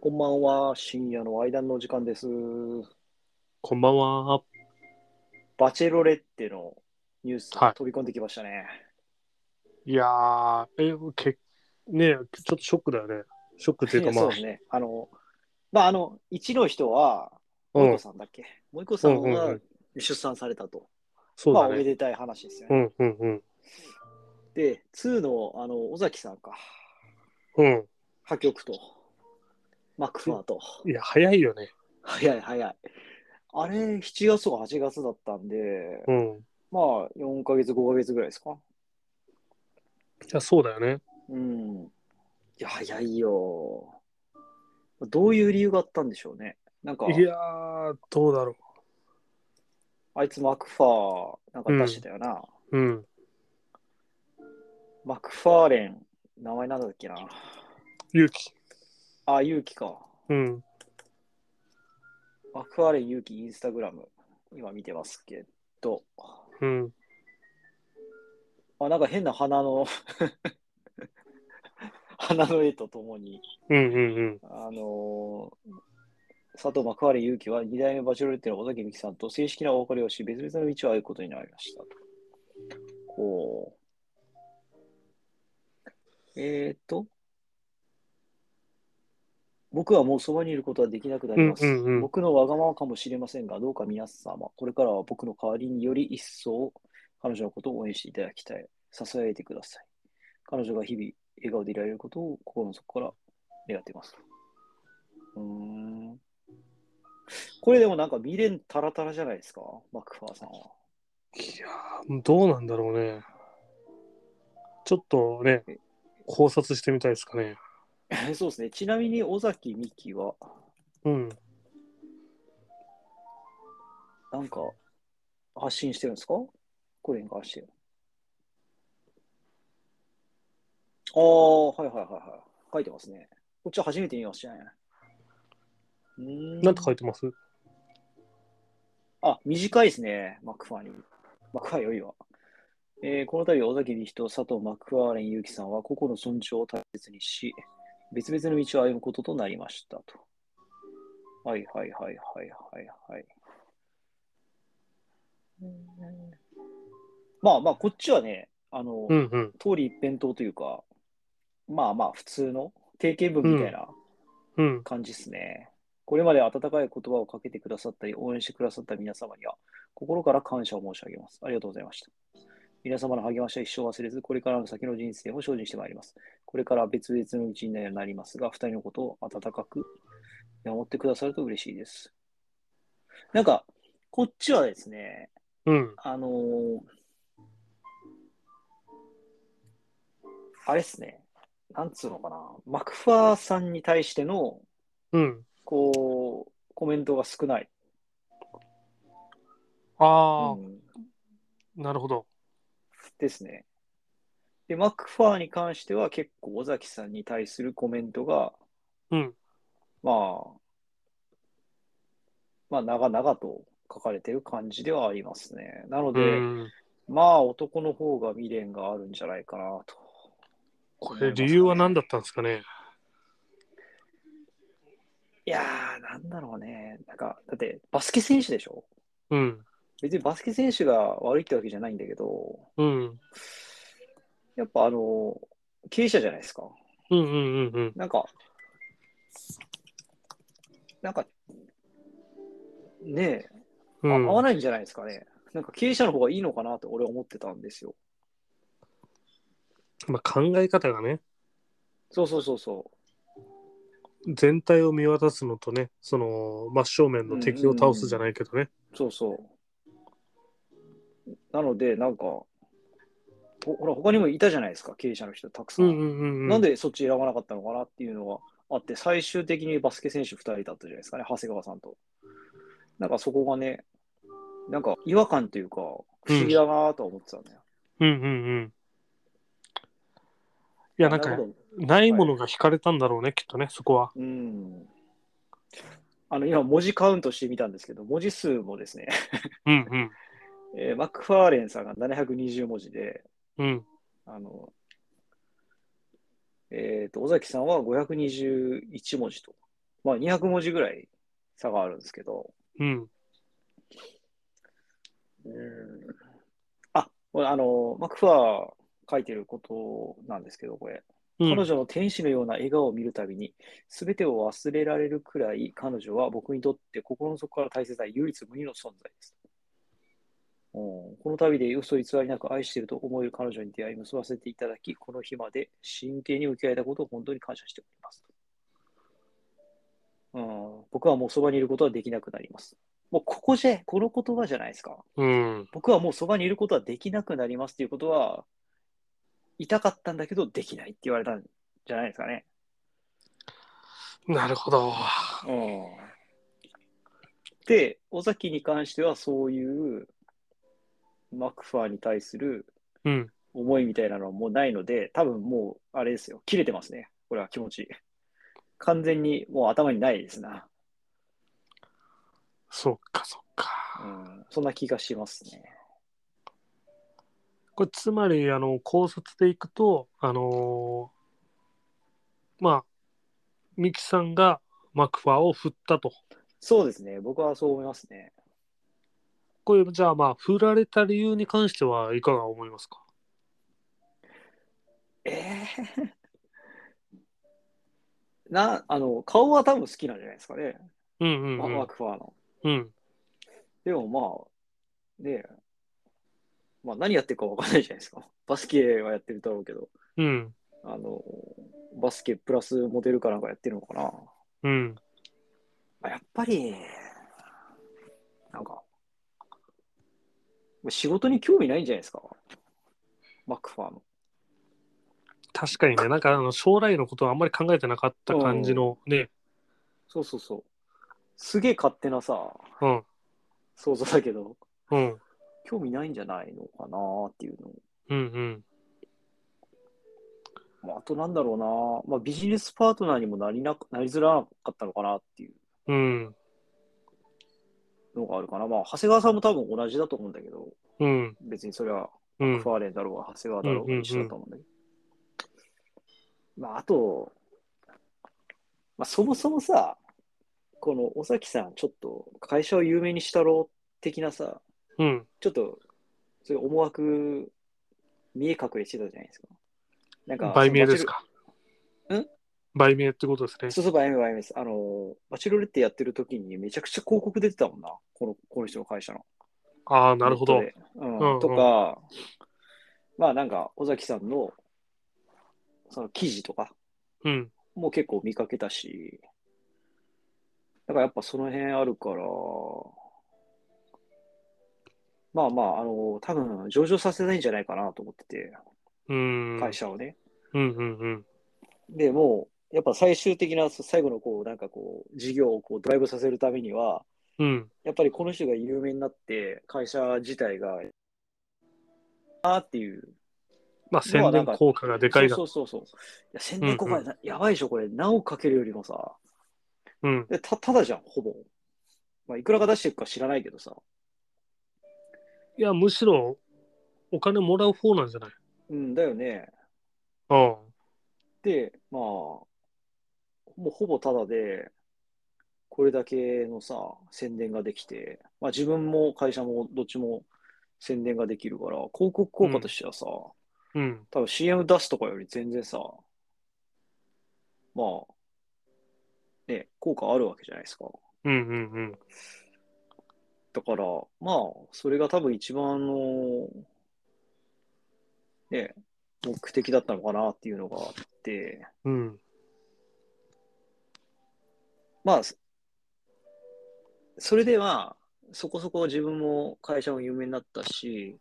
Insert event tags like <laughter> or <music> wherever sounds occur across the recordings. こんばんは、深夜の間の時間です。こんばんは。バチェロレッテのニュース、はい飛び込んできましたね。いやー、え、けねえちょっとショックだよね。ショックっていうか、ねまあ、そうですね。あの、まあ、あの、一の人は、うもいんこ、さんだっけ、もいこさんうんうんうがん出産されたと。そうまあ、だおめね。でたい話ですようね。ん、うん、うん。で、2の、あの、尾崎さんか、う破局と、マクファーと、ん。いや、早いよね。早い早い。あれ、7月とか8月だったんで、うん。いまあ、4ヶ月、5ヶ月ぐらいですか。や、そうだよね。うん。いや、早いよ。どういう理由があったんでしょうね。なんか、いやー、どうだろあいつマクファー、なんか出してたよな。う。うん。マクファーレン、名前なんだっけな。勇気。あ、勇気か。うん。マクファーレン勇気インスタグラム、今見てますけど。うん。あ、なんか変な花の、花の絵とともに、うん、うん、うん。あのー佐藤マクファーレン勇気は二代目バチェロレッテの尾崎美紀さんと正式なお別れをし、別々の道を歩くことになりました。こう。えーっと。僕はもうそばにいることはできなくなります。うんうんうん僕のわがままかもしれませんが、どうか皆様、これからは僕の代わりにより一層彼女のことを応援していただきたい。支えてください。彼女が日々笑顔でいられることを心の底から願っています。うーん。これでもなんか未練タラタラじゃないですか、マクファーさんは。いやー、どうなんだろうね。ちょっとね、考察してみたいですかね。 <laughs> そうですね。ちなみに、尾崎美紀は、うん。なんか、発信してるんですかこれに関して。ああ、はいはいはいはい。書いてますね。こっちは初めて見ましたね。うーんなんて書いてますあ、短いですね、マクファーに。マクファーよりは。えーこの度、尾崎美人、佐藤マクファーレン結城さんは個々の尊重を大切にし、別々の道を歩むこととなりましたと。はいはいはいはいはいはい。まあまあ、こっちはね、あの、うん、うん。通り一辺倒というか、まあまあ、普通の定型文みたいな。うん。感じですね。これまで温かい言葉をかけてくださったり、応援してくださった皆様には、心から感謝を申し上げます。ありがとうございました。皆様の励ましは一生忘れず、これからの先の人生を精進してまいります。これからは別々の道になりますが、二人のことを温かく見守ってくださると嬉しいです。なんか、こっちはですね、うん。あのーあれですね、なんつうのかな、マクファーさんに対しての、うん。こう、コメントが少ない。あうんー、なるほど。ですね。で、マックファーに関しては結構尾崎さんに対するコメントが、うん。まあ、まあ、長々と書かれてる感じではありますね。なので、うん。まあ、男の方が未練があるんじゃないかなと。これ理由は何だったんですかねいやー、なんだろうね。なんか、だって、バスケ選手でしょうん。別にバスケ選手が悪いってわけじゃないんだけど、うん。やっぱあの、経営者じゃないですか。うんうんうんうん。なんか、なんか、ねえ、うあ合ん、わないんじゃないですかね。なんか経営者の方がいいのかなって俺は思ってたんですよ。まあ、考え方がね、そうそうそうそ全体を見渡すのとね、その真正面の敵を倒すじゃないけどね。う、そうそう。なので、なんか、ほほら、他にもいたじゃないですか、経営者の人たくさ。うんんうんうんうん。なんでそっち選ばなかったのかなっていうのがあって、最終的にバスケ選手2人だったじゃないですかね、長谷川さんと。なんかそこがね、なんか違和感というか、不思議だなとは思ってたんだよ。うんうんうん。いや、なんかる、ほどないものが引かれたんだろうね、きっとね、そこは。うん。あの、今、文字カウントしてみたんですけど、文字数もですね、 <laughs> うんうん。えーマック・ファーレンさんが720文字で、うん。あの、えっ、と、尾崎さんは521文字と。まあ、200文字ぐらい差があるんですけど、うん。うんあ、これあの、マクファー書いてることなんですけど、これ。うん彼女の天使のような笑顔を見るたびに、すべてを忘れられるくらい、彼女は僕にとって心の底から大切な唯一無二の存在です。うん、この度で嘘偽りなく愛していると思える彼女に出会い、結ばせていただき、この日まで真剣に向き合えたことを本当に感謝しております。うん、僕はもうそばにいることはできなくなります。もうここじゃ、この言葉じゃないですか。うん。僕はもうそばにいることはできなくなりますっていうことは、痛かったんだけどできないって言われたんじゃないですかね。なるほど。うん、で、尾崎に関してはそういうマクファーに対するうん。思いみたいなのはもうないので、多分もうあれですよ、切れてますね。これは気持ち。完全にもう頭にないですな。そっかそっか。うん、そんな気がしますね。これつまり、あの、考察でいくと、あのーまあ、ミキさんがマクファーを振ったと。そうですね、僕はそう思いますね。これ、じゃあまあ、振られた理由に関してはいかが思いますかえー、な、あの、顔は多分好きなんじゃないですかね。うんうんマうんマ。クファーの。うん。でもまあ、ねえまあ何やってるか分かんないじゃないですか。 <laughs> バスケはやってるだろうけど、うん。あの、バスケプラスモデルかなんかやってるのかな。うん。まあやっぱり、なんか、仕事に興味ないんじゃないですか。マクファーの。確かにね、なんかあの将来のことはあんまり考えてなかった感じのね、そうそうそう。すげえ勝手なさ、うん、想像だけど。うん、興味ないんじゃないのかなっていうの。うん、うん、まあ、あとなんだろうな、まあ、ビジネスパートナーにもなりなくなりづらかったのかなっていううん、のがあるかな。まあ、長谷川さんも多分同じだと思うんだけど、うん、別にそれはうクんフ、ァーレンだろうが、長谷川だろううんうんうがん一緒だと思うんだけど。まあ、あと、まあ、そもそもさ、この尾崎さん、ちょっと会社を有名にしたろう的なさ、うん。ちょっと、そういう思惑、見え隠れしてたじゃないですか。なんか、売名そのですか。ん売名ってことですね。そうそう、バイメバイメです。あの、バチェロレッテやってる時にめちゃくちゃ広告出てたもんな、このこの人の会社の。ああ、なるほどネ。ットでうんうんうんとか、まあなんか、尾崎さんのその記事とかうん、も結構見かけたし、だからやっぱその辺あるから、まあまあ、あの、多分上場させないんじゃないかなと思ってて、うん、会社をね。うん、うん、うん。でもう、やっぱ最終的な、最後のこう、なんかこう、事業をこうドライブさせるためには、うん、やっぱりこの人が有名になって、会社自体が、あーっていう。まあ、宣伝効果がでかいだそ。うそうそうそう。いや、宣伝効果や,、やばいでしょ、これ。何億かけるよりもさ。うん、でたただじゃん、ほぼ。まあ、いくらか出していくか知らないけどさ。いや、むしろお金もらう方なんじゃないうんだよね。あで、まあ、もうほぼただで、これだけのさ、宣伝ができて、まあ自分も会社もどっちも宣伝ができるから、広告効果としてはさ、あ、うん、多分 CM 出すとかより全然さ、まあ、ね、効果あるわけじゃないですか。うん、うん、うん。だから、まあ、それが多分一番の、ね、目的だったのかなっていうのがあって、うん、まあ、そそれでは、そこそこ自分も会社も有名になったし、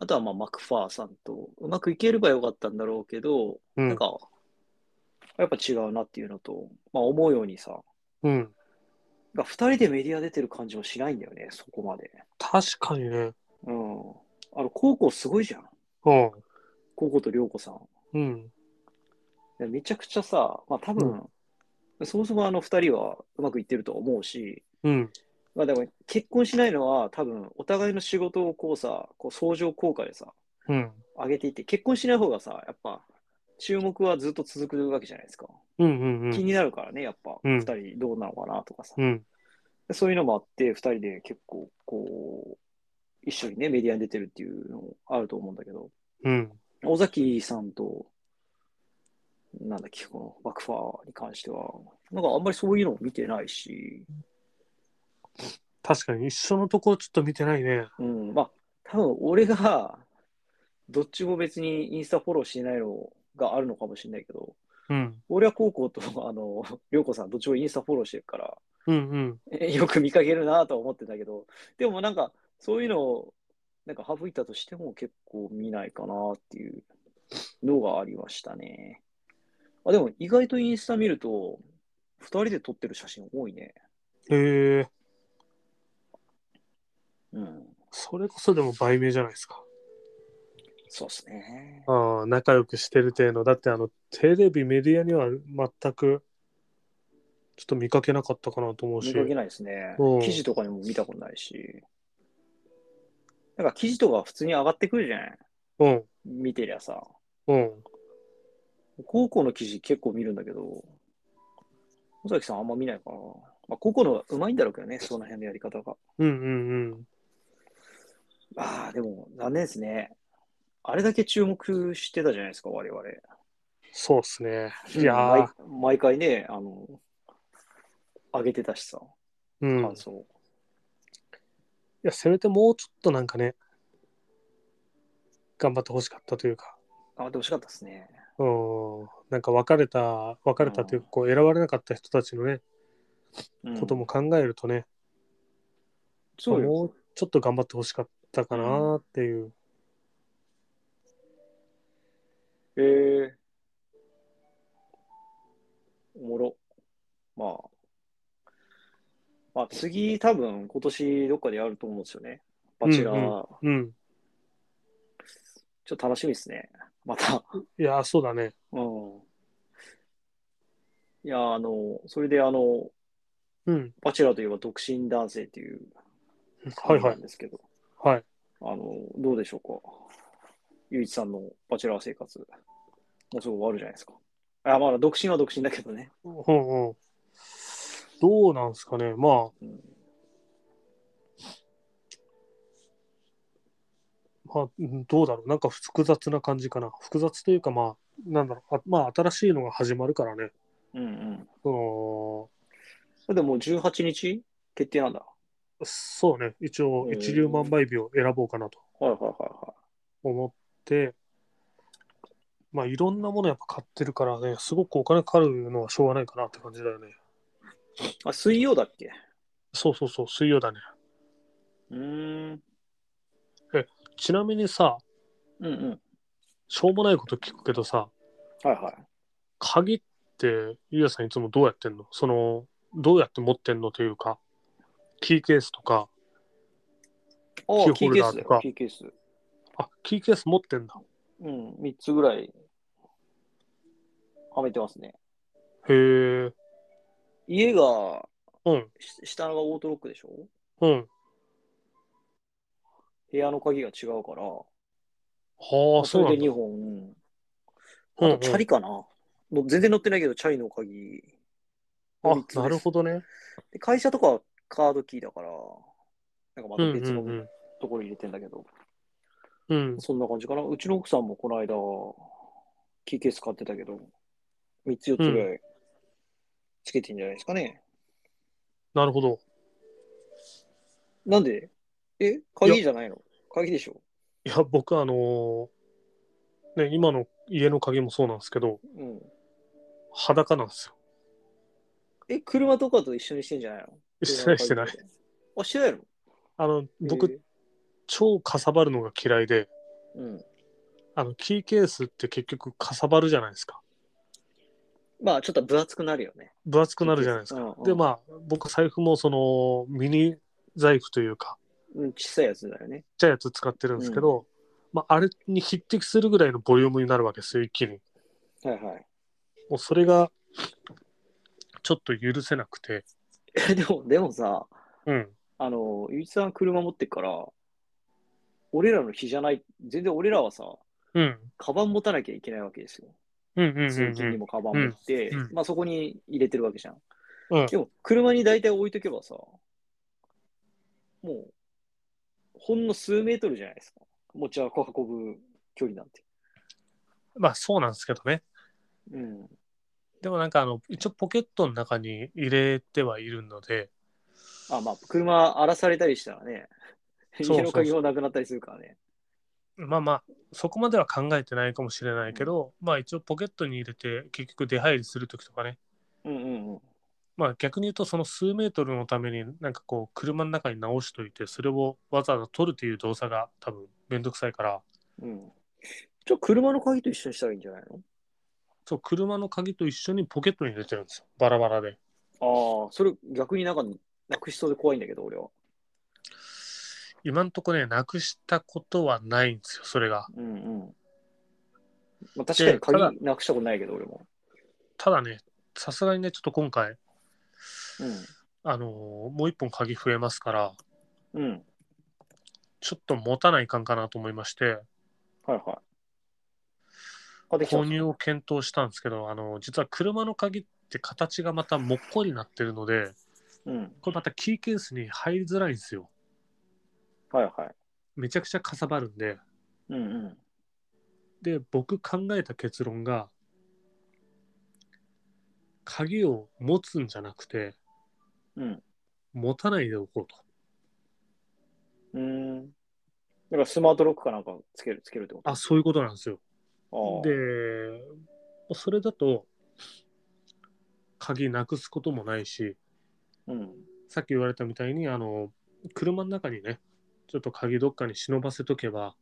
あとはまあマクファーさんとうまくいければよかったんだろうけど、うんなんか、やっぱ違うなっていうのと、まあ思うようにさ、うん。 2人でメディア出てる感じもしないんだよね、そこまで。確かにね。うん。あの、高校すごいじゃん。うん、高校と涼子さん。うん、でめちゃくちゃさ、まあ多分、そもそもあの2人はうまくいってると思うし、うん、まあでも結婚しないのは多分お互いの仕事をこうさ、こう相乗効果でさ、うん、上げていって、結婚しない方がさ、やっぱ注目はずっと続くわけじゃないですか。うんうんう気ん。になるからね、やっぱ、うん二人どうなのかなとかさ。うんでそういうのもあって、二人で結構、こう、一緒にね、メディアに出てるっていうのもあると思うんだけど、うん。尾崎さんと、なんだっけ、このバックファーに関しては、なんかあんまりそういうのを見てないし、確かに一緒のところちょっと見てないね。うん、まあ、多分俺が、どっちも別にインスタフォローしてないのがあるのかもしれないけど、うん。俺は高校と、あの、りょうこさん、どっちもインスタフォローしてるから、うんうん。え <laughs> よく見かけるなとは思ってたけど、でもなんか、そういうのを、なんか省いたとしても結構見ないかなっていうのがありましたね。あ、でも意外とインスタ見ると、二人で撮ってる写真多いね。へえうん。それこそでも売名じゃないですか。そうっすね。ああ、仲良くしてる程度。だってあの、テレビ、メディアには全く、ちょっと見かけなかったかなと思う見し。かけないですねうん。記事とかにも見たことないし。なんか記事とか普通に上がってくるじゃないうん。見てりゃさ。うん。高校の記事結構見るんだけど、尾崎さんあんま見ないかな。まあ、高校のはうまいんだろうけどね、その辺のやり方が。うんうんうん。ああ、でも残念ですね。あれだけ注目してたじゃないですか、我々。そうっすね。いやー、毎毎回ね、あの、上げてたしさ、うん。感想。いや、せめてもうちょっとなんかね、頑張ってほしかったというか、あってほしかったですね。うん、なんか別れた、別れたというか、こう選ばれなかった人たちのね、うんことも考えるとね、そうよ。もうちょっと頑張ってほしかったかなっていう。ええおもろ。まあ。まあ次、多分今年どっかでやると思うんですよね。バチェラー。うんうん。ちょっと楽しみですね。また。いや、そうだね。うん。いや、あの、それで、あの、うん。バチェラーといえば独身男性っていうは感いじはないん。ですけど、はい。あの、どうでしょうか。ゆういちさんのバチェラー生活、もうすぐ終わるじゃないですか。あ、まあ、独身は独身だけどね。うんうん。どうなんすかね。まあ、うんまあ、うんどうだろう。なんか複雑な感じかな。複雑というか、まあ、なんだろう。あまあ、新しいのが始まるからね。うんうん。そのそれでもう18日決定なんだ。そうね、一応うん一粒万倍日を選ぼうかなとはいはいはいは思って、まあいろんなものやっぱ買ってるからね、すごくお金かかるのはしょうがないかなって感じだよね。い。あ、水曜だっけそうそうそう、水曜だね。うーん。ちなみにさ、うんうん。しょうもないこと聞くけどさ、はいはい。鍵ってゆうやさんいつもどうやってんのその、どうやって持ってんのというか、キーケースとか、ああ、キキーケーホルーダスーだとよか、キーケース。あ、キーケース持ってんだ。うん、3つぐらい、はめてますね。へえ、家が、うん、し下がオートロックでしょうん。部屋の鍵が違うから、はあ、そそうなれんでだ。 2本。うあんと、うんチャリかな、もう全然乗ってないけど、チャリの鍵。三つですあ、なるほどね。で会社とかはカードキーだから、なんかまうたんう別のんうん。ところに入れてんだけど、うん、そんな感じかな。うちの奥さんもこの間、キーケース買ってたけど、3つ4つぐらいつけてんじゃないですかね。なるほど。なんでえ、鍵じゃないの鍵でしょいや、僕、あのーね、今の家の鍵もそうなんですけど、うん。裸なんですよ。え、車とかと一緒にしてんじゃないのしてない、してない。。あ、してないのあの、僕、え超かさばるのが嫌いで、ーうん。あの、キーケースって結局かさばるじゃないですか。まあ、ちょっと分厚くなるよね。分厚くなるじゃないですか。かで、まあ、僕、財布もその、ミニ財布というか、うん、小さいやつだよね。ちっちゃいやつ使ってるんですけど、まあ、あれに匹敵するぐらいのボリュームになるわけですよ、一気に。はいはい。もう、それが、ちょっと許せなくて。え、 <laughs> でも、でもさ、うん。あの、ゆういちさん車持ってっから、俺らの日じゃない、全然俺らはさ、うん。カバン持たなきゃいけないわけですよ。うんうんうん通勤にもカバン持って、うんうんまあそこに入れてるわけじゃん。うんでも、車に大体置いとけばさ、もう、ほんの数メートルじゃないですか。持ち運ぶ距離なんて。まあそうなんですけどね。うん。でもなんかあの、一応ポケットの中に入れてはいるので、あ、まあ、車荒らされたりしたらね、そうそう家の鍵もなくなったりするからね。まあまあ、そこまでは考えてないかもしれないけど、まあ一応ポケットに入れて結局出入りするときとかね、うんうんうん。まあ逆に言うとその数メートルのためになんかこう車の中に直しといてそれをわざわざ取るという動作が多分めんどくさいからうん。じゃあ車の鍵と一緒にしたらいいんじゃないそう車の鍵と一緒にポケットに入れてるんですよバラバラでのああ、それ逆になんかなくしそうで怖いんだけど、俺は。今んとこねなくしたことはないんですよそれがうんうん。まあ、確かにただ鍵なくしたことないけど、俺も。ただねさすがにねちょっと今回あのーもう一本鍵増えますからうん。うん。ちょっと持たないかんかなと思いましてはいはい。あ、できた購入を検討したんですけどあのー実は車の鍵って形がまたもっこりなってるのでうん。これまたキーケースに入りづらいんですよはいはい。めちゃくちゃかさばるんで、うんうん。で、僕考えた結論が、鍵を持つんじゃなくて、うん。持たないでおこうと。うーん。だからスマートロックかなんかつける、つけるってことあ、そういうことなんですよ。ああ。で、それだと、鍵なくすこともないし、うん。さっき言われたみたいに、あの、車の中にね、ちょっと鍵どっかに忍ばせとけば、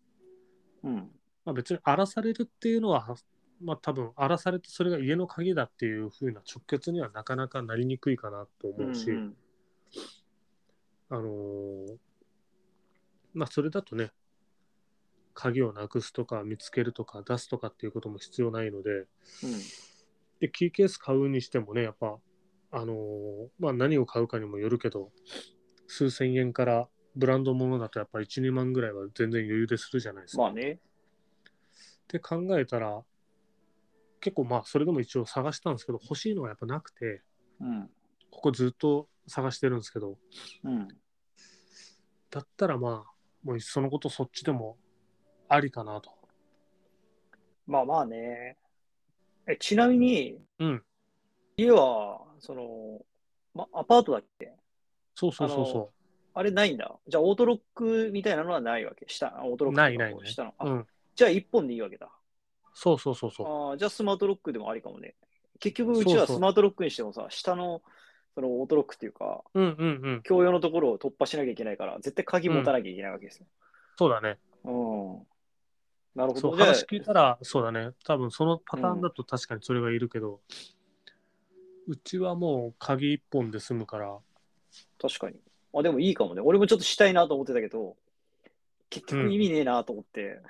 うん。まあ、別に荒らされるっていうのは、まあ多分荒らされてそれが家の鍵だっていう風な直結にはなかなかなりにくいかなとうん思ううし、ん。あのーまあそれだとね鍵をなくすとか見つけるとか出すとかっていうことも必要ないのでうんでキーケース買うにしてもねやっぱあのーまあ何を買うかにもよるけど数千円からブランドものだとやっぱ12万ぐらいは全然余裕でするじゃないですか。まあね。って考えたら結構まあそれでも一応探したんですけど欲しいのがやっぱなくてうん。ここずっと探してるんですけどうん。だったらまあもういっそのことそっちでもありかなと。まあまあね。え、ちなみに、うん家は、その、ま、アパートだっけそうそうそうそあれないんだ。じゃあ、オートロックみたいなのはないわけ。下、オートロックとかないないない下の。あう。うん。じゃあ、一本でいいわけだ。そうそうそうそああ、じゃあスマートロックでもありかもね。結局、うちそはうそうスマートロックにしてもさ、下の、そのオートロックっていうか、う。うんうんうん。共用のところを突破しなきゃいけないから、絶対鍵持たなきゃいけないわけですよ。そうだね。うん。なるほそど。うじゃあ話聞いたら、そうだね。多分そのパターンだと確かにそれがいるけど、うちはもう鍵一本で済むから、確かに。あ、でもいいかもね。俺もちょっとしたいなと思ってたけど、結局意味ねえなと思って、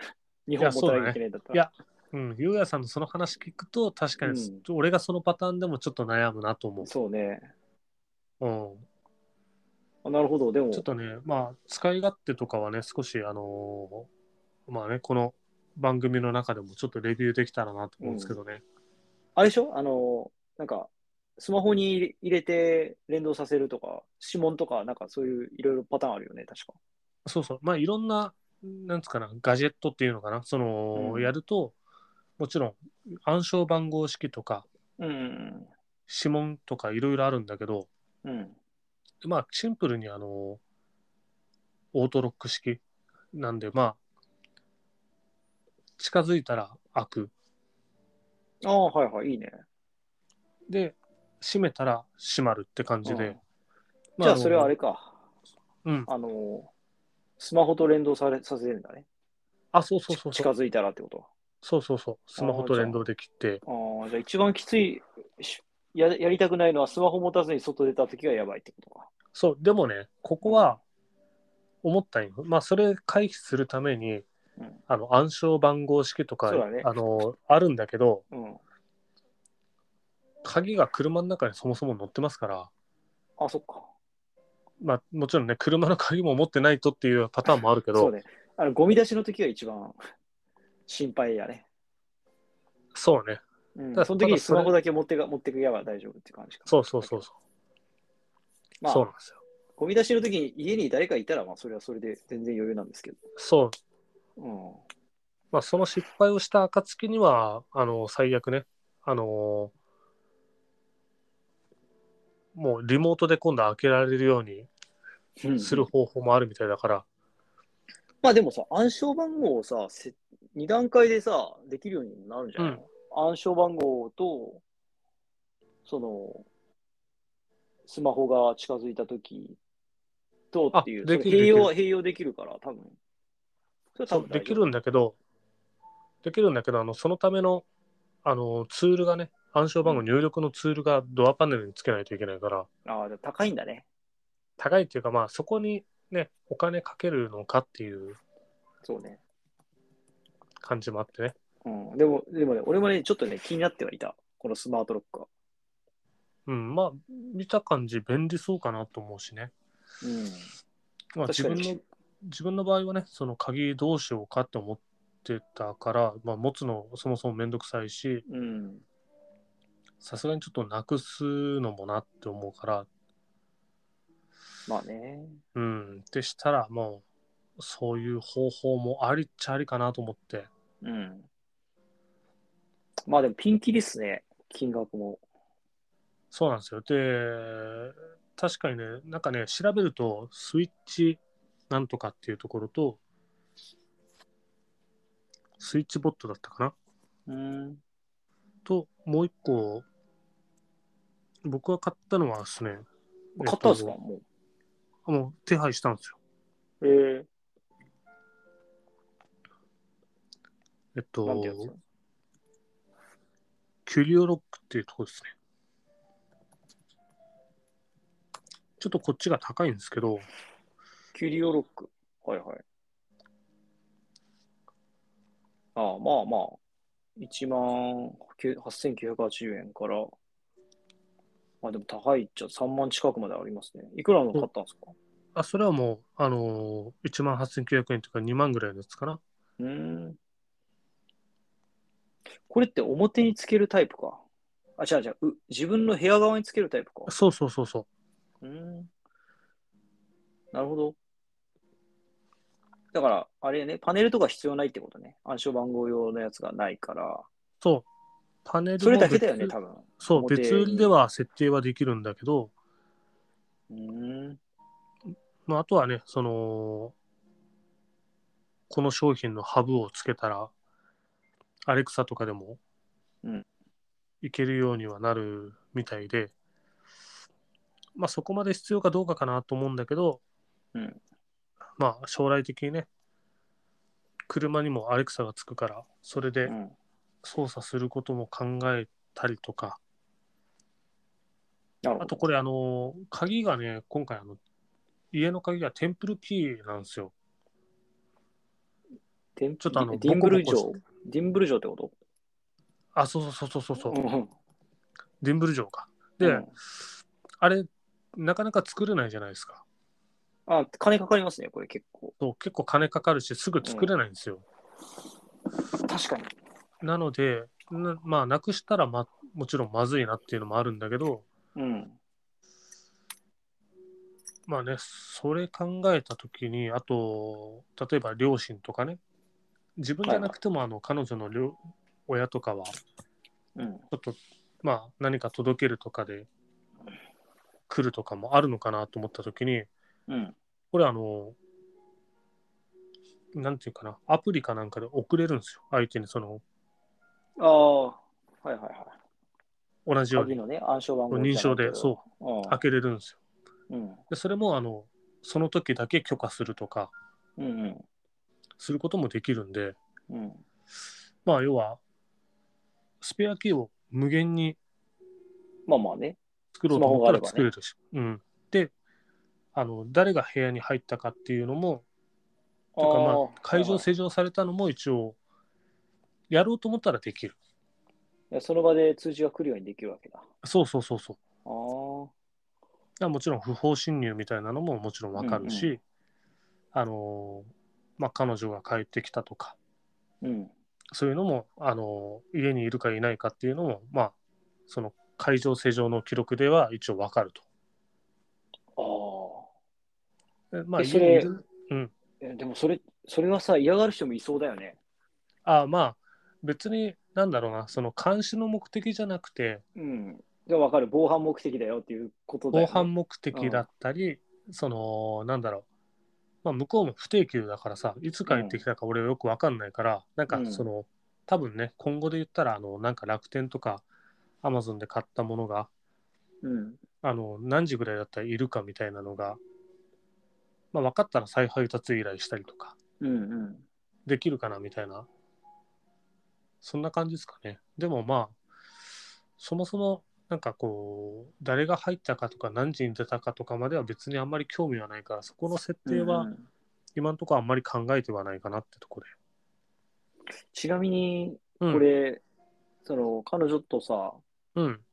日本持たなきゃいけないんだったいやら。うん、ゆうやさんのその話聞くと、確かに、うん俺がそのパターンでもちょっと悩むなと思そうね。う。うん。あなるほど。でも、ちょっとね、まあ、使い勝手とかはね、少し、あのーまあね、この番組の中でもちょっとレビューできたらなと思うんですけどね。あれでしょあの、なんか、スマホに入れ入れて連動させるとか、指紋とか、なんかそういういろいろパターンあるよね、確か。そうそう、まあいろんな、なんつうかな、ガジェットっていうのかな、その、うんやると、もちろん暗証番号式とかうんうん指紋とかいろいろあるんだけど、うん。うん。まあシンプルにあの、オートロック式なんで、まあ、近づいたら開く。ああ、はいはい、いいね。で、閉めたら閉まるって感じうでん。まじゃあ、それはあのれか。うん。あの、スマホと連動されさせるんだね。あ、そうそうそうちそ近う。づいたらってことそうそうそう。スマホと連動できて。ああ、じゃあ一番きついしや、やりたくないのはスマホ持たずに外出た時がやばいってことか。そう、でもね、ここは思ったんよ。まあ、それ回避するために、うんあの暗証番号式とか、そうだねあのあるんだけど、うん。鍵が車の中にそもそも乗ってますから、あ、そっか。まあ、もちろんね、車の鍵も持ってないとっていうパターンもあるけど、そうね。あ <laughs> の、ゴミ出しの時が一番心配やね。そうねうんただその時にスマたホだけ持ってが持ってくれば大丈夫って感じか。そうそうそうそう。まそうなあ、んですよ。ゴミ出しの時に家に誰かいたら、まあ、それはそれで全然余裕なんですけど。そう。うん。まあ、その失敗をした暁には、あの、最悪ね、あのもうリモートで今度開けられるようにうんする方法もあるみたいだから、まあでもさ、暗証番号をさ、せ2段階でさ、できるようになるんじゃないの、暗証番号と、その、スマホが近づいたときとっていう、あできるそれ併用では併用できるから、多分それは多そう分できるんだけど、できるんだけど、あのそのためのあのツールがね、暗証番号入力のツールがドアパネルにつけないといけないから、ああ、でも高いんだね。高いっていうか、まあ、そこにね、お金かけるのかっていうそうね。感じもあってね。うん。でも、でもね、俺もね、ちょっとね、気になってはいた。このスマートロックは。うん、まあ、見た感じ、便利そうかなと思うしね。うん。ま確あ、自かに分の、自分の場合はね、その鍵どうしようかって思ってたから、まあ、持つのそもそもめんどくさいし、うん。さすがにちょっとなくすのもなって思うから、まあね。うん、でしたらもうそういう方法もありっちゃありかなと思ってうん。まあでも、ピンキリっすね。金額も。そうなんですよで確かにねなんかね調べるとスイッチなんとかっていうところとスイッチボットだったかなうん。ともう一個僕が買ったのはですね買ったんですか、えっもともう手配したんですよう。ええっえなんてやつとキュリオロックっていうところですねちょっとこっちが高いんですけど、キュリオロック。はいはい。ああ、まあまあ。1万8980円から、まあでも高いっちゃ3万近くまでありますね。いくらの買ったんですかあ、それはもう、あのー、1万8900円とか2万ぐらいのやつかな。うーん。これって表につけるタイプか。あ、違う違う。う自分の部屋側につけるタイプか。そうそうそうそうーん。なるほど。だから、あれね、パネルとか必要ないってことね。暗証番号用のやつがないから。う。そう。パネルもそれだけだよね、別多分。そう、表別売りでは設定はできるんだけど、うーん。まあ、あとはね、その、この商品のハブをつけたら、アレクサとかでもうん、いけるようにはなるみたいで、まあ、そこまで必要かどうかかなと思うんだけど、うんまあ、将来的にね、車にもアレクサがつくから、それうでん、操作することも考えたりとか、なるほあとど。これ、あの、鍵がね、今回、あの、家の鍵がテンプルキーなんですよ。ちょっちょっとあのディンブルボコボ城コし。ディンブル城ってことあ、そうそうそうそうそう、ううんディンブル城か。で、うんあれ、なかなか作れないじゃないですか。あ、金かかりますね、これ結構。そう結構金かかるし、すぐ作れないんですよ。確かに。なので、なまあ、なくしたら、ま、もちろんまずいなっていうのもあるんだけど、うん。まあね、それ考えたときに、あと、例えば両親とかね、自分じゃなくても、あの、彼女の両親とかは、うん。ちょっと、まあ、何か届けるとかで来るとかもあるのかなと思ったときに、うん。これ、あの、なんていうかな、アプリかなんかで送れるんですよ、相手に、その、ああ、はいはいはい。同じよう鍵にのね、暗証番号。認証で、そううんう、開けれるんですよ。うん。で、それも、あの、その時だけ許可するとか、うん。することもできるんで、うん。まあ、要は、スペアキーを無限にまあまあね。作ろうと思ったらスマホがあればね作れるし、うん。で、あの、誰が部屋に入ったかっていうのも、とかまあ、会場せ施錠されたのも一応、やろうと思ったらできる。その場で通知が来るようにできるわけだ。あそうそうそうそう。あ。だからもちろん不法侵入みたいなのももちろんわかるし、うあのーまあ、彼女が帰ってきたとか、うん。そういうのも、あの、家にいるかいないかっていうのも、まあ、その会場施錠の記録では一応わかると。ああ。えまあ、えそれ家にいるえでもそれ、それはさ、嫌がる人もいそうだよね。あまあ、別に、なんだろうな、その監視の目的じゃなくて、うん。でもわかる。防犯目的だよっていうことだよ防ね。犯目的だったり、その、なんだろう、まあ、向こうも不定休だからさ、いつ帰ってきたか俺よくわかんないから、なうんかんその、多分ね、今後で言ったら、あの、なんか楽天とか、アマゾンで買ったものが、うん。あの、何時ぐらいだったらいるかみたいなのが、まあ、分かったら再配達依頼したりとか、うんうん。できるかなみたいな、そんな感じですかね。でもまあ、そもそも、なんかこう、誰が入ったかとか、何時に出たかとかまでは別にあんまり興味はないから、そこの設定うはん今のところあんまり考えてはないかなってとこちなみに、ろで。うん、これ、その、彼女とさ、うん。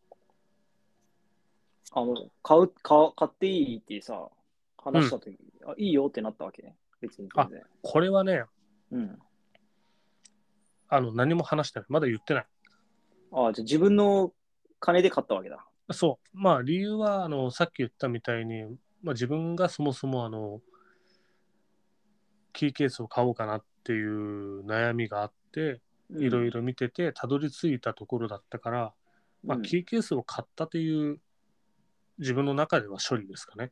あの、買う、買う買っていいってさ、話したとき、あ、いいよってなったわけ別に全然。これはね、うん。あの、何も話してない。まだ言ってない。あじゃあ自分の金で買ったわけだ。そう。まあ、理由は、あの、さっき言ったみたいに、まあ、自分がそもそも、あの、キーケースを買おうかなっていう悩みがあって、いろいろ見てて、たどり着いたところだったから、まあ、うんキーケースを買ったという、自分の中では処理ですかね。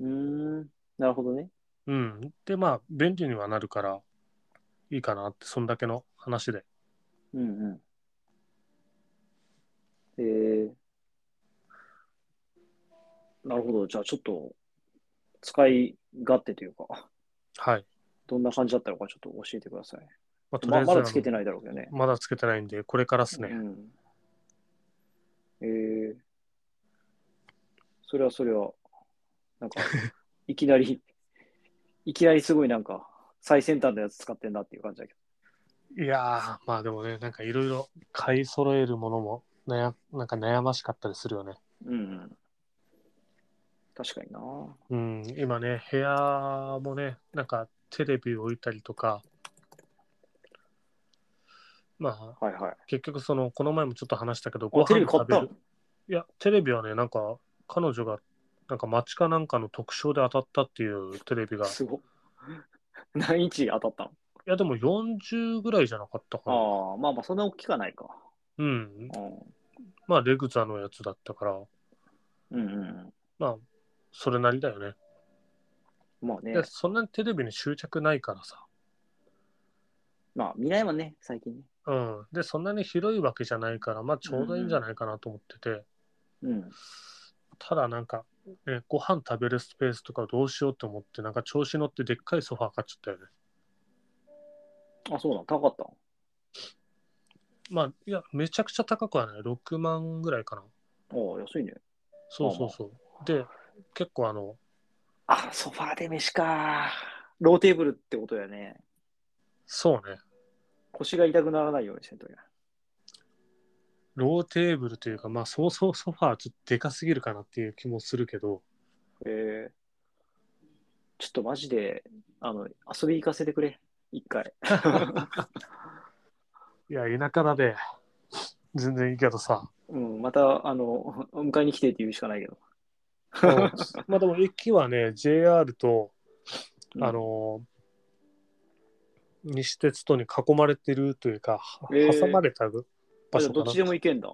うーん。なるほどね。うん。で、まあ、便利にはなるから、いいかなって、そんだけの話で。うんうん。えー、なるほど。じゃあちょっと、使い勝手というか、はい。どんな感じだったのかちょっと教えてください。まあ、とりあまえず、まだつけてない。ないだろうけどね。まだつけてないんで、これからっすうね。ん。えー、それはそれは、なん <laughs> か、いきなり、いきなりすごいなんか、最先端のやつ使ってんなっていう感じだけいやー、まあでもね、なんかいろいろ買い揃えるものも悩、なんか悩ましかったりするよね。ど。うん、うん。確かにな。うん、今ね、部屋もね、なんかテレビ置いたりとか、まあ、はいはい。結局その、この前もちょっと話したけど、ごあ、テレ飯ビ買っ食べたのる。いや、テレビはね、なんか、彼女が、なんか街かなんかの特賞で当たったっていうテレビが、いすごっ。 <laughs> 何インチ当たったや、でも40ぐらいじゃなかったかな。のああ、まあまあ、そんな大きくはないか。うん、うまあ、レグザのやつだったから、ん。うんうんまあ、それなりだよね。うん。まあねで、そんなにテレビに執着ないからさ、まあ見ないもんね、最近ね。うん、でそんなに広いわけじゃないからまあちょうどいいんじゃないかなと思ってて、うん。ただなんか、ね、ご飯食べるスペースとかどうしようと思ってなんか調子乗ってでっかいソファー買っちゃったよねあ、そうなの、高かったのまあいやめちゃくちゃ高くはない6万ぐらいかなおー安いね。そうそうそう、で結構あのあ、ソファーで飯か。ローテーブルってことだよね。そうね腰が痛くならないようにせんといけない。ローテーブルというかまあそうそうソファーちょっとでかすぎるかなっていう気もするけどえー、ちょっとマジで、あの、遊び行かせてくれ。一回。いや田舎だで全然いいけどさうん、また、あの、 <laughs> 迎えに来てって言うしかないけど。まあでも駅はね JR と <laughs> うんあのー西鉄とに囲まれてるというか、はえー挟まれたあ場じゃ所あかどな。っちでも行けんだ。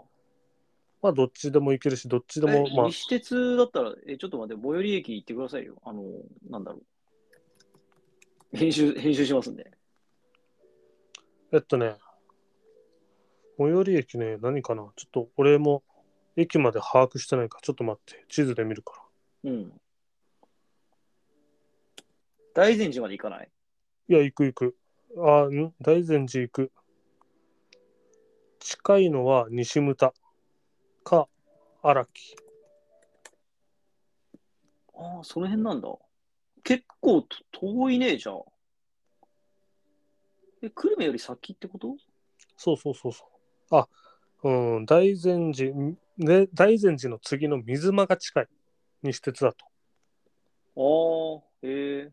まあ、どっちでも行けるし、どっちでも、えまあ、西鉄だったら、え、ちょっと待って、最寄り駅行ってくださいよ。あの、なんだろう。編集、編集しますんで。えっとね、最寄り駅ね、何かなちょっと俺も駅まで把握してないから、ちょっと待って、地図で見るから。うん。大善寺まで行かないいや、行く行く。あー、ん大善寺行く。近いのは西牟田か荒木。ああ、その辺なんだ。結構と遠いね、じゃあ。え、久留米より先ってことそうそうそうそう。あ、うん、大善寺、んね、大善寺の次の水間が近い。西鉄だと。ああ、へえ。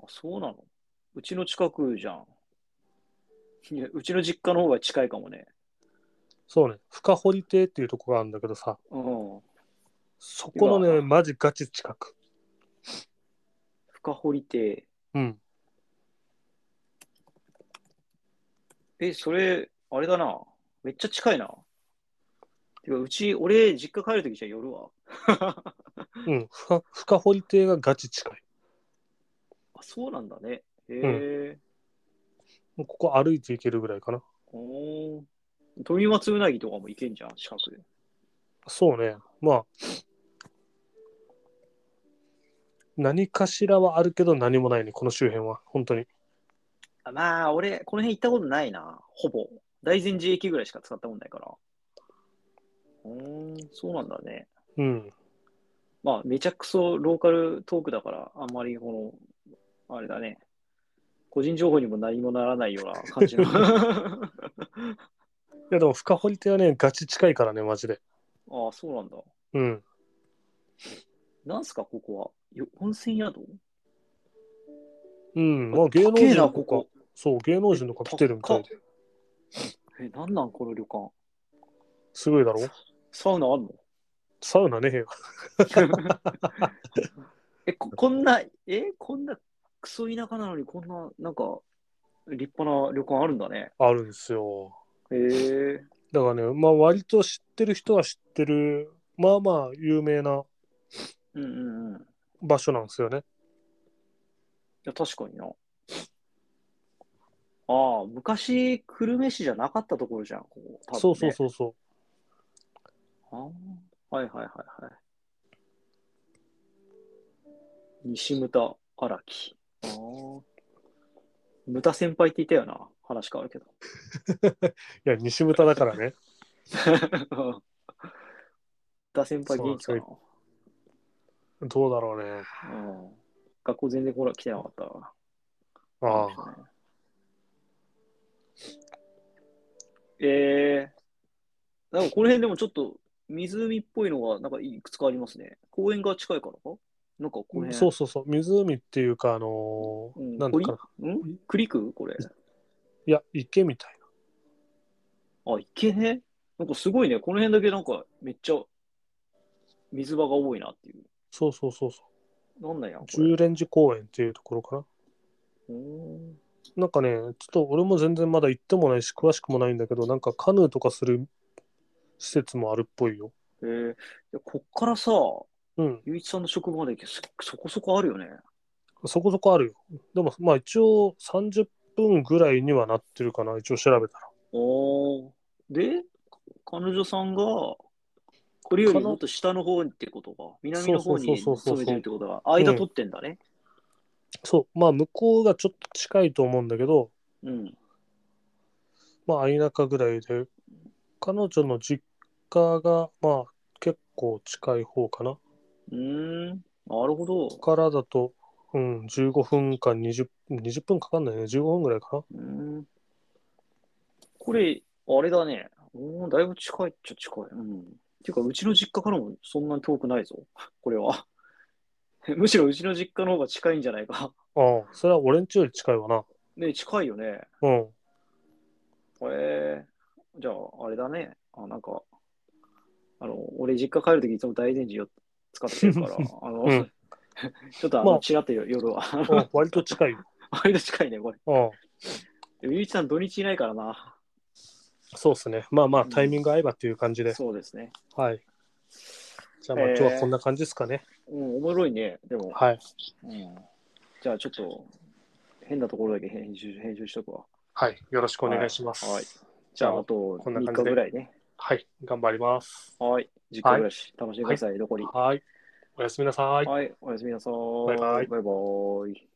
あ、そうなのうちの近くじゃん。いやうちの実家の方が近いかもね。そうね、深堀亭っていうとこがあるんだけどさ、うん。そこのうね、わマジガチ近く。深堀亭。うん。え、それ、あれだな。めっちゃ近いな。てか、うち、俺、実家帰るときじゃ夜は。あ、うん。深深堀亭がガチ近い。そうなんだね。へえ。もうここ歩いて行けるぐらいかな。おー富松うなぎとかも行けんじゃん、近くで。そうね。まあ、何かしらはあるけど何もないね、この周辺は。本当に。あまあ、俺、この辺行ったことないな。ほぼ。大善寺駅ぐらいしか使ったことないから。うーん、そうなんだね。うん。まあ、めちゃくそローカルトークだから、あんまりこの、あれだね、個人情報にも何もならないような感 <laughs> じの。あいや、でも深堀亭はね、ガチ近いからね、マジで。あ、そうなんだ。うん。なんすか、ここは。よ温泉宿うん。まあ、芸能高え人な、とこかこ。、そう、芸能人とか来てるみたいで。え、なんなん、この旅館。すごいだろサウナあんの <laughs> サウナねえよ。えこ、こんな、え、こんなクソ田舎なのに、こんな、なんか、立派な旅館あるんだね。あるんですよ。へえ。だからね、まあ割と知ってる人は知ってる、まあまあ有名なうんうんうん。い場所なんですよね。や、確かにな。ああ、昔、久留米市じゃなかったところじゃん、ここ。多分ねそうそうそうそああはいはいはいはい。西牟田荒木。ああ。牟田先輩っていたよな。話変わるけど。 <laughs> う。いや、西牟田だからね。牟田先輩元気かな。どうだろうね。うん。学校全然ほら来てなかったわ。ああ。えー、なんかこの辺でもちょっと湖っぽいのがなんかいくつかありますね。公園が近いからかなんかこの辺。そうそうそう。湖っていうか、あのーうんなんだかな。んクリクこれ。いや、池みたいあ、池ね。なんかすごいね。この辺だけなんかめっちゃ水場が多いなっていう。な。そうそうそうそなんなんや、こう。れ。十連寺公園っていうところかな。うーんなんかね、ちょっと俺も全然まだ行ってもないし、詳しくもないんだけど、なんかカヌーとかする施設もあるっぽいよ。えー、いやこっからさ、うん、ゆういちさんの職場までそそこそこあるよね。そこそこあるよ。でも、まあ一応30分ぐらいにはなってるかな、一応調べたら。おーで、彼女さんが、これよりもっと下の方にってことか、南の方にそうそうそうそうそ勤うめてるってことは、間取ってんだね。そう、まあ向こうがちょっと近いと思うんだけど、うん。まあ相中ぐらいで、彼女の実家が、まあ結構近い方かな。うーん、なるほど。からだと、うん、15分か20、20分かかんないね、15分ぐらいかな。うーん。これ、あれだね。おーだいぶ近いっちゃ近い。うん。ていうか、うちの実家からもそんなに遠くないぞ。これは。 <laughs> むしろうちの実家の方が近いんじゃないか。ああ、それは俺ん家より近いわな。ね近いよね。うん。これ、じゃあ、あれだね。あ、なんか、あの、俺実家帰るときいつも大善寺を使ってる <laughs> から、あの、うん <laughs> ちょっとあまの、あちらっとよ夜は。 <laughs> うん割と近いよ。割と近いね、これ。うん。でもゆういちさん土日いないからな。そうですね。まあまあ、うんタイミング合えばっていう感じで。そうですね。はい。じゃあまあ、えー今日はこんな感じですかね。うん、おもろいね。でも、はい。うん、じゃあちょっと、変なところだけ編集編集しとくわ。はい。よろしくお願いします。はいはいじじゃゃあ、ああ、とこんな3感日じでぐらいね。はい。頑張ります。はい。実家暮らし、楽しんでください、残り。はい。おやすみなさい。はい、おやすみなさーい。バイバイバイバーイ。